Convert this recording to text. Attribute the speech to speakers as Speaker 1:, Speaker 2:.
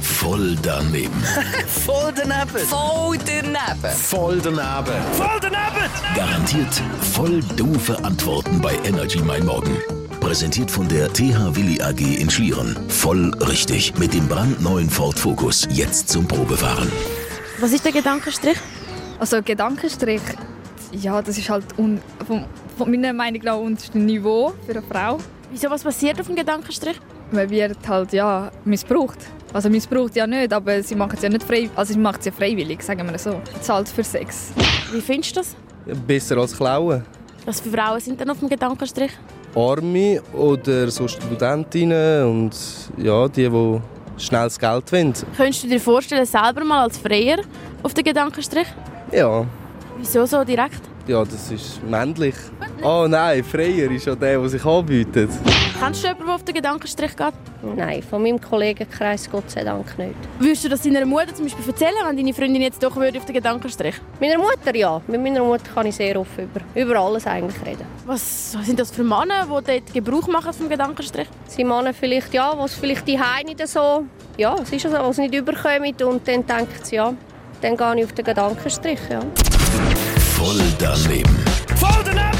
Speaker 1: Voll daneben.
Speaker 2: Voll daneben.
Speaker 3: Voll daneben.
Speaker 4: Voll daneben.
Speaker 2: Voll daneben!
Speaker 1: Garantiert voll doofe Antworten bei Energy Mein Morgen. Präsentiert von der TH Willi AG in Schlieren. Voll richtig. Mit dem brandneuen Ford Focus. Jetzt zum Probefahren.
Speaker 5: Was ist der Gedankenstrich?
Speaker 6: Also Gedankenstrich, ja, das ist halt un, von, von meiner Meinung nach unterste Niveau für eine Frau.
Speaker 5: Wieso was passiert auf dem Gedankenstrich?
Speaker 6: Man wird halt ja missbraucht. Also missbraucht ja nicht, aber sie machen es ja nicht frei, also sie machen es ja freiwillig, sagen wir so. Zahlt für Sex.
Speaker 5: Wie findest du das?
Speaker 4: Besser als klauen.
Speaker 5: Was für Frauen sind denn auf dem Gedankenstrich?
Speaker 4: Arme oder so Studentinnen und ja, die, die schnell das Geld wollen.
Speaker 5: Könntest du dir vorstellen, selber mal als Freier auf den Gedankenstrich?
Speaker 4: Ja,
Speaker 5: Wieso so direkt?
Speaker 4: ja, das ist männlich. Oh nein, Freier ist ja der, der sich anbietet.
Speaker 5: Kennst du jemanden, der auf den Gedankenstrich geht?
Speaker 7: Nein, von meinem Kollegenkreis Gott sei Dank nicht.
Speaker 5: Würdest du das deiner Mutter zum Beispiel erzählen, wenn deine Freundin jetzt doch würde auf den Gedankenstrich?
Speaker 7: Meiner Mutter ja. Mit meiner Mutter kann ich sehr offen über, über alles eigentlich reden.
Speaker 5: Was sind das für Männer, die dort Gebrauch machen vom Gedankenstrich?
Speaker 7: Sie Männer vielleicht ja, was vielleicht die Heine nicht so. Ja, es ist ja so, was nicht überkommen und dann denkt sie ja. Dann gehe ich auf den Gedankenstrich. Ja.
Speaker 1: Voll daneben.
Speaker 2: Voll daneben!